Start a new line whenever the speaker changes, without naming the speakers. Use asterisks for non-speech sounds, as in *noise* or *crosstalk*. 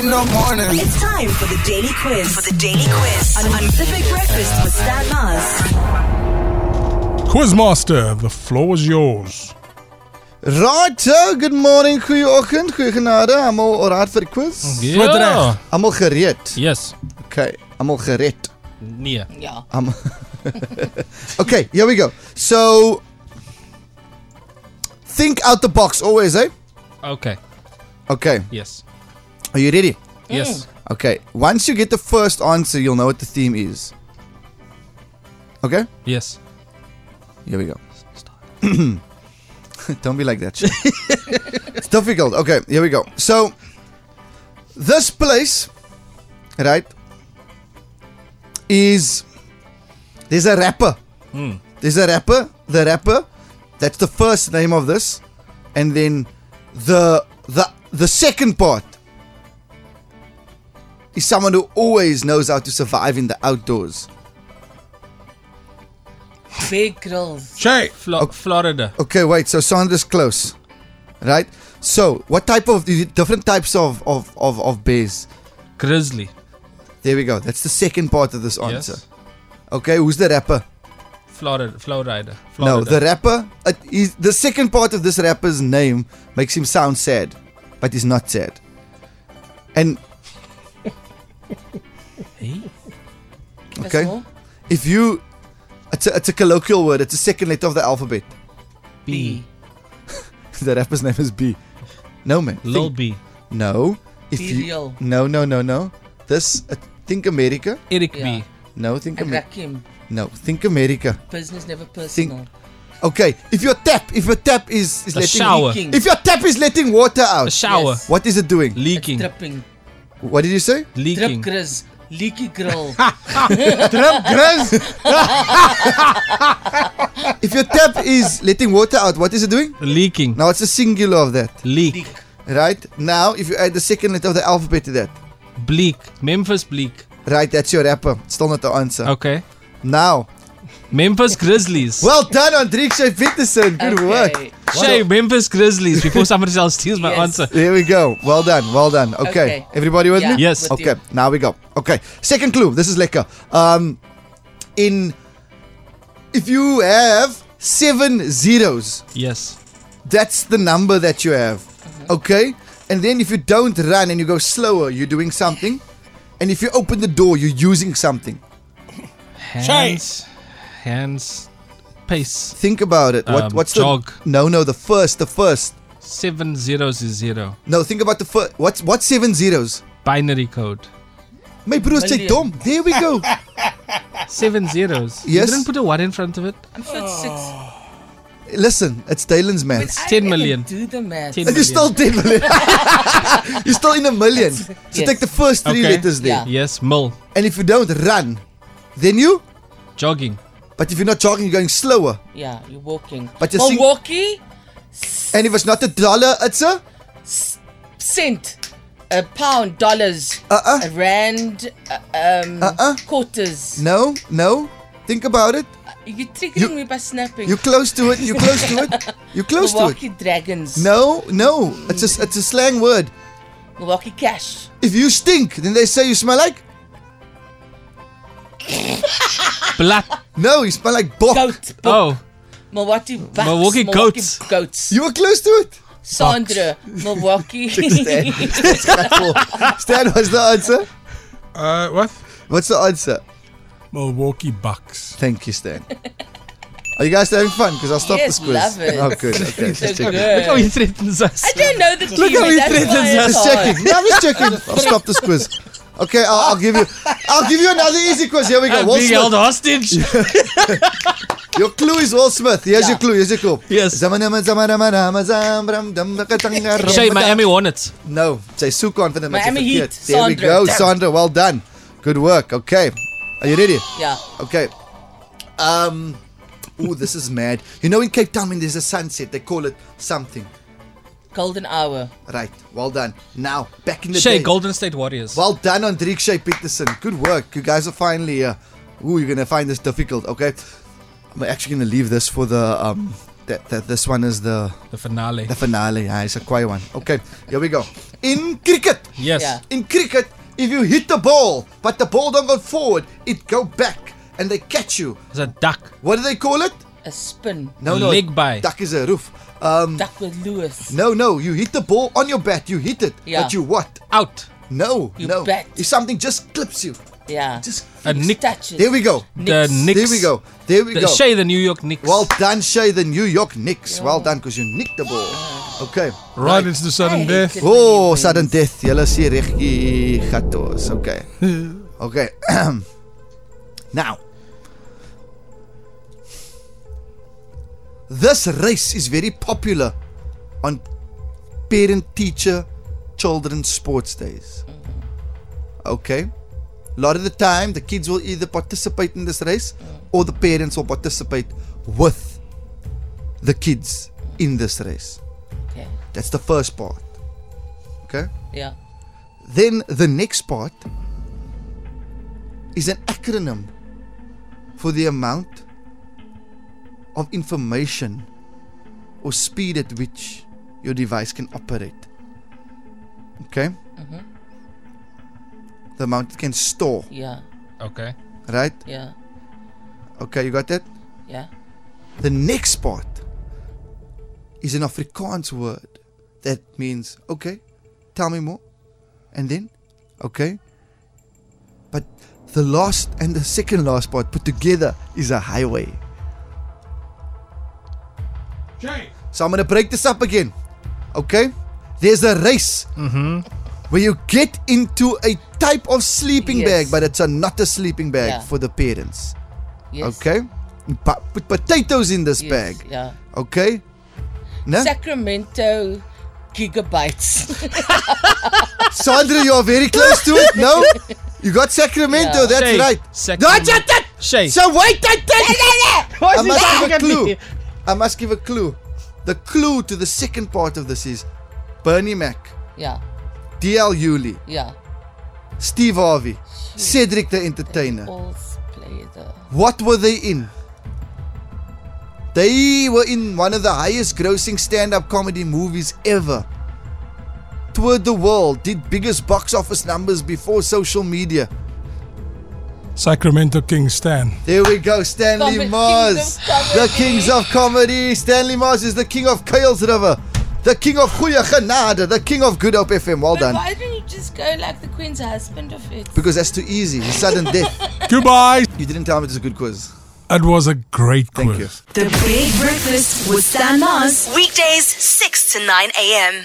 in the morning.
It's time for the daily quiz. For the daily quiz on Pacific Breakfast with Stan Mars.
Quizmaster, the floor is yours.
Right, good morning, goeie oggend, goeie genade. Almal alright vir die quiz?
Goed reg.
Almal gereed.
Yes.
Okay, almal gereed.
Nee.
Ja.
Almal Okay, here we go. So think out the box always, eh?
Okay.
Okay.
Yes.
Are you ready?
Mm.
Yes.
Okay. Once you get the first answer, you'll know what the theme is. Okay?
Yes.
Here we go. *clears throat* Don't be like that. Shay. it's difficult. Okay, here we go. So, this place, right, is there's a rapper. There's a rapper. The rapper. That's the first name of this, and then the the the second part is someone who always knows how to survive in the outdoors.
Big grills.
Shay.
Flo- Florida.
Okay, wait. So Sandra's close, right? So what type of the different types of of of, of bears?
Grizzly.
There we go. That's the second part of this answer.
Yes.
Okay, who's the rapper?
Florida. Florida. Florida.
No, the rapper. It is the second part of this rapper's name makes him sound sad, but he's not sad. And
Hey.
okay, if you, it's a, it's a colloquial word. It's the second letter of the alphabet. *laughs*
B.
the rapper's name is B. No man.
Lil
think-
B.
No. If you
Cereal.
no no no no, this uh, think America.
Eric
Yeah.
B.
No, think
And
America.
Rakim.
No, think America.
Business never personal.
Okay, if your tap, if your tap is, is
A
letting
shower.
Leaking.
if your tap is letting water
A
out,
shower.
Yes.
what is it doing?
Leaking.
Dripping.
What did you say?
Drip
Leaking.
grizz. Leaky
*laughs*
grill.
Trump grass. *laughs* if your tap is letting water out, what is it doing?
Leaking.
Now it's the singular of that,
Leak.
right? Now, if you add the second letter of the alphabet to that,
Bleak. Memphis Bleak.
right? That's your rapper. Still not the answer.
Okay.
Now,
Memphis Grizzlies.
well done, Andrikshay Peterson. Good work.
Okay.
Shay, Memphis Grizzlies. Before somebody else steals my
Yes.
answer.
There we go. Well done. Well done. Okay.
Okay.
Everybody with
Yeah,
me?
Yes.
with you.
Okay. Now we go. Okay. Second clue. This is lekker. Um, in if you have seven zeros,
Yes.
that's the number that you have. Okay. And then if you don't run and you go slower, you're doing something. And if you open the door, you're using something.
Hands. Hands. Pace.
Think about it. What,
Um,
what's
jog.
the no no the first the first
Seven zeros is zero.
no think about the first what's what's seven zeros.
Binary code.
My broers say
Million.
Tom. There we go.
Seven zeros.
Yes.
You didn't put a one in front of it.
I'm sure it's six.
Listen, it's Dylan's
But
maths.
I
10
didn't
Oh. million.
Do the math.
Ten
And you're still
million.
10 million. *laughs* you're still in a million. So
yes.
take the first three
Okay.
letters there.
Yeah.
Yes, mill.
And if you don't run, then you. *laughs*
Jogging.
But if you're not jogging, you're going slower.
Yeah, you're walking.
But you see-
Milwaukee
And if it's not a dollar, it's a.
cent, a pound, dollars,
Uh-uh.
a rand, uh, um,
Uh-uh.
quarters.
No, no. Think about it.
You're triggering
You-
me by snapping.
You're close to it. You're close to it. You're close to it.
Milwaukee Dragons.
No, no. It's a, it's a slang word.
Milwaukee Cash.
*laughs* If you stink, then they say you smell like.
Blood.
No, you smell like bok.
Goat. Book.
Oh.
Milwaukee Bucks.
Milwaukee Goats.
Goats.
You were close to it. *laughs*
Sandra. Milwaukee.
Stan, Stan, what's the answer?
Uh, what?
What's the answer?
Milwaukee Bucks.
Thank you, Stan. Are you guys having fun? Because I'll stop this
Yes,
quiz.
love it.
Oh, good. Okay,
*laughs* So
just
good.
checking.
Look how he threatens us. *laughs*
I don't know the team.
how he
that's why
threatens
it's
Just
hard.
checking. No, I'm just checking. I'll stop this quiz. Okay, I'll, I'll give you. I'll give you another easy quiz. Here we go.
I'm
Will
being
Smith. *laughs*
held hostage.
Your clue is Will Smith. Here's
Yeah.
your clue. Here's your clue.
Yes.
Zamanama, zamanama, nama, zam, ram, dam, daka, tanga, ram,
Shay,
daka.
Miami Hornets.
No, say Sukon for the
Miami E Heat,
There we
Sandra.
go,
Damn.
Sandra. Well done. Good work. Okay, are you ready?
Yeah.
Okay. Um. Ooh, this is mad. You know, in Cape Town, when there's a sunset, they call it something.
Golden hour.
Right, well done. Now, back in the
Shay,
day.
Golden State Warriors.
Well done on Shay Peterson. Good work. You guys are finally uh Ooh, you're gonna find this difficult, okay? I'm actually gonna leave this for the um that, that this one is the
The finale.
the finale. Ah, it's a quiet one. Okay, here we go. In cricket,
yes.
Yeah.
in cricket, if you hit the ball but the ball don't go forward, it go back and they catch you.
It's a duck.
What do they call it?
A spin.
No, no.
Leg by.
Duck is a roof. Um,
Duck with Lewis.
no, no. You hit the ball on your bat. You hit it.
Yeah.
But you what?
Out.
No,
You
no.
bat.
If something just clips you,
Yeah.
just
A Nick.
Touches.
there we go.
The
Knicks.
Knicks.
There we go. There we
The
go.
Shay, the New York Knicks.
Well done, Shay, the New York Knicks. Well done, because you nicked the ball. Okay.
Right, it's the sudden
hate
death.
it.
Oh, sudden death. Julle sê reggie gatos. Okay. Okay. *clears throat* now. This race is very popular on parent teacher children's sports days. Okay. A lot of the time the kids will either participate in this race or the parents will participate with the kids in this race.
Okay.
That's the first part. Okay?
Yeah.
Then the next part is an acronym for the amount of information or speed at which your device can operate. Okay? The amount it can store,
Yeah.
Okay.
right?
Yeah.
Okay, you got that?
Yeah.
The next part is an Afrikaans word that means, okay, tell me more. And then, okay. But the last and the second last part put together is a highway.
Jay.
So I'm going to break this up again. Okay? There's a race where you get into a type of sleeping
Yes.
bag, but it's a, not a sleeping bag
Yeah.
for the parents.
Yes.
Okay? Pa- put potatoes in this
Yes.
bag.
Yeah.
Okay? No?
Sacramento gigabytes. *laughs*
Sandra, you are very close to it.
*laughs*
No, you got Sacramento.
Yeah.
That's
Shay,
right.
Sacramento.
No, that- that-
Shay.
So wait, that- that-
Why is
I
he
must
laughing
give a
at me?
clue. I must give a clue. The clue to the second part of this is Bernie Mac,
yeah.
DL Hewley,
Yeah.
Steve Harvey, Cedric the Entertainer.
All play the
What were they in? They were in one of the highest grossing stand up comedy movies ever. Toured the world, did biggest box office numbers before social media.
Sacramento King Stan.
There we go, Stanley
Comedy-
Mars.
Kings of
the
comedy.
kings of comedy. Stanley Mars is the king of Kales River. The king of Goeie Genade. The king of Good Hope FM. Well
But
done.
why didn't you just go like the Queen's husband of it?
Because that's too easy. His sudden death.
Goodbye.
You didn't tell me it's a good quiz.
It was a great
Thank
quiz.
you.
The Big Breakfast with Stan Mars. Weekdays, 6 to 9 a.m.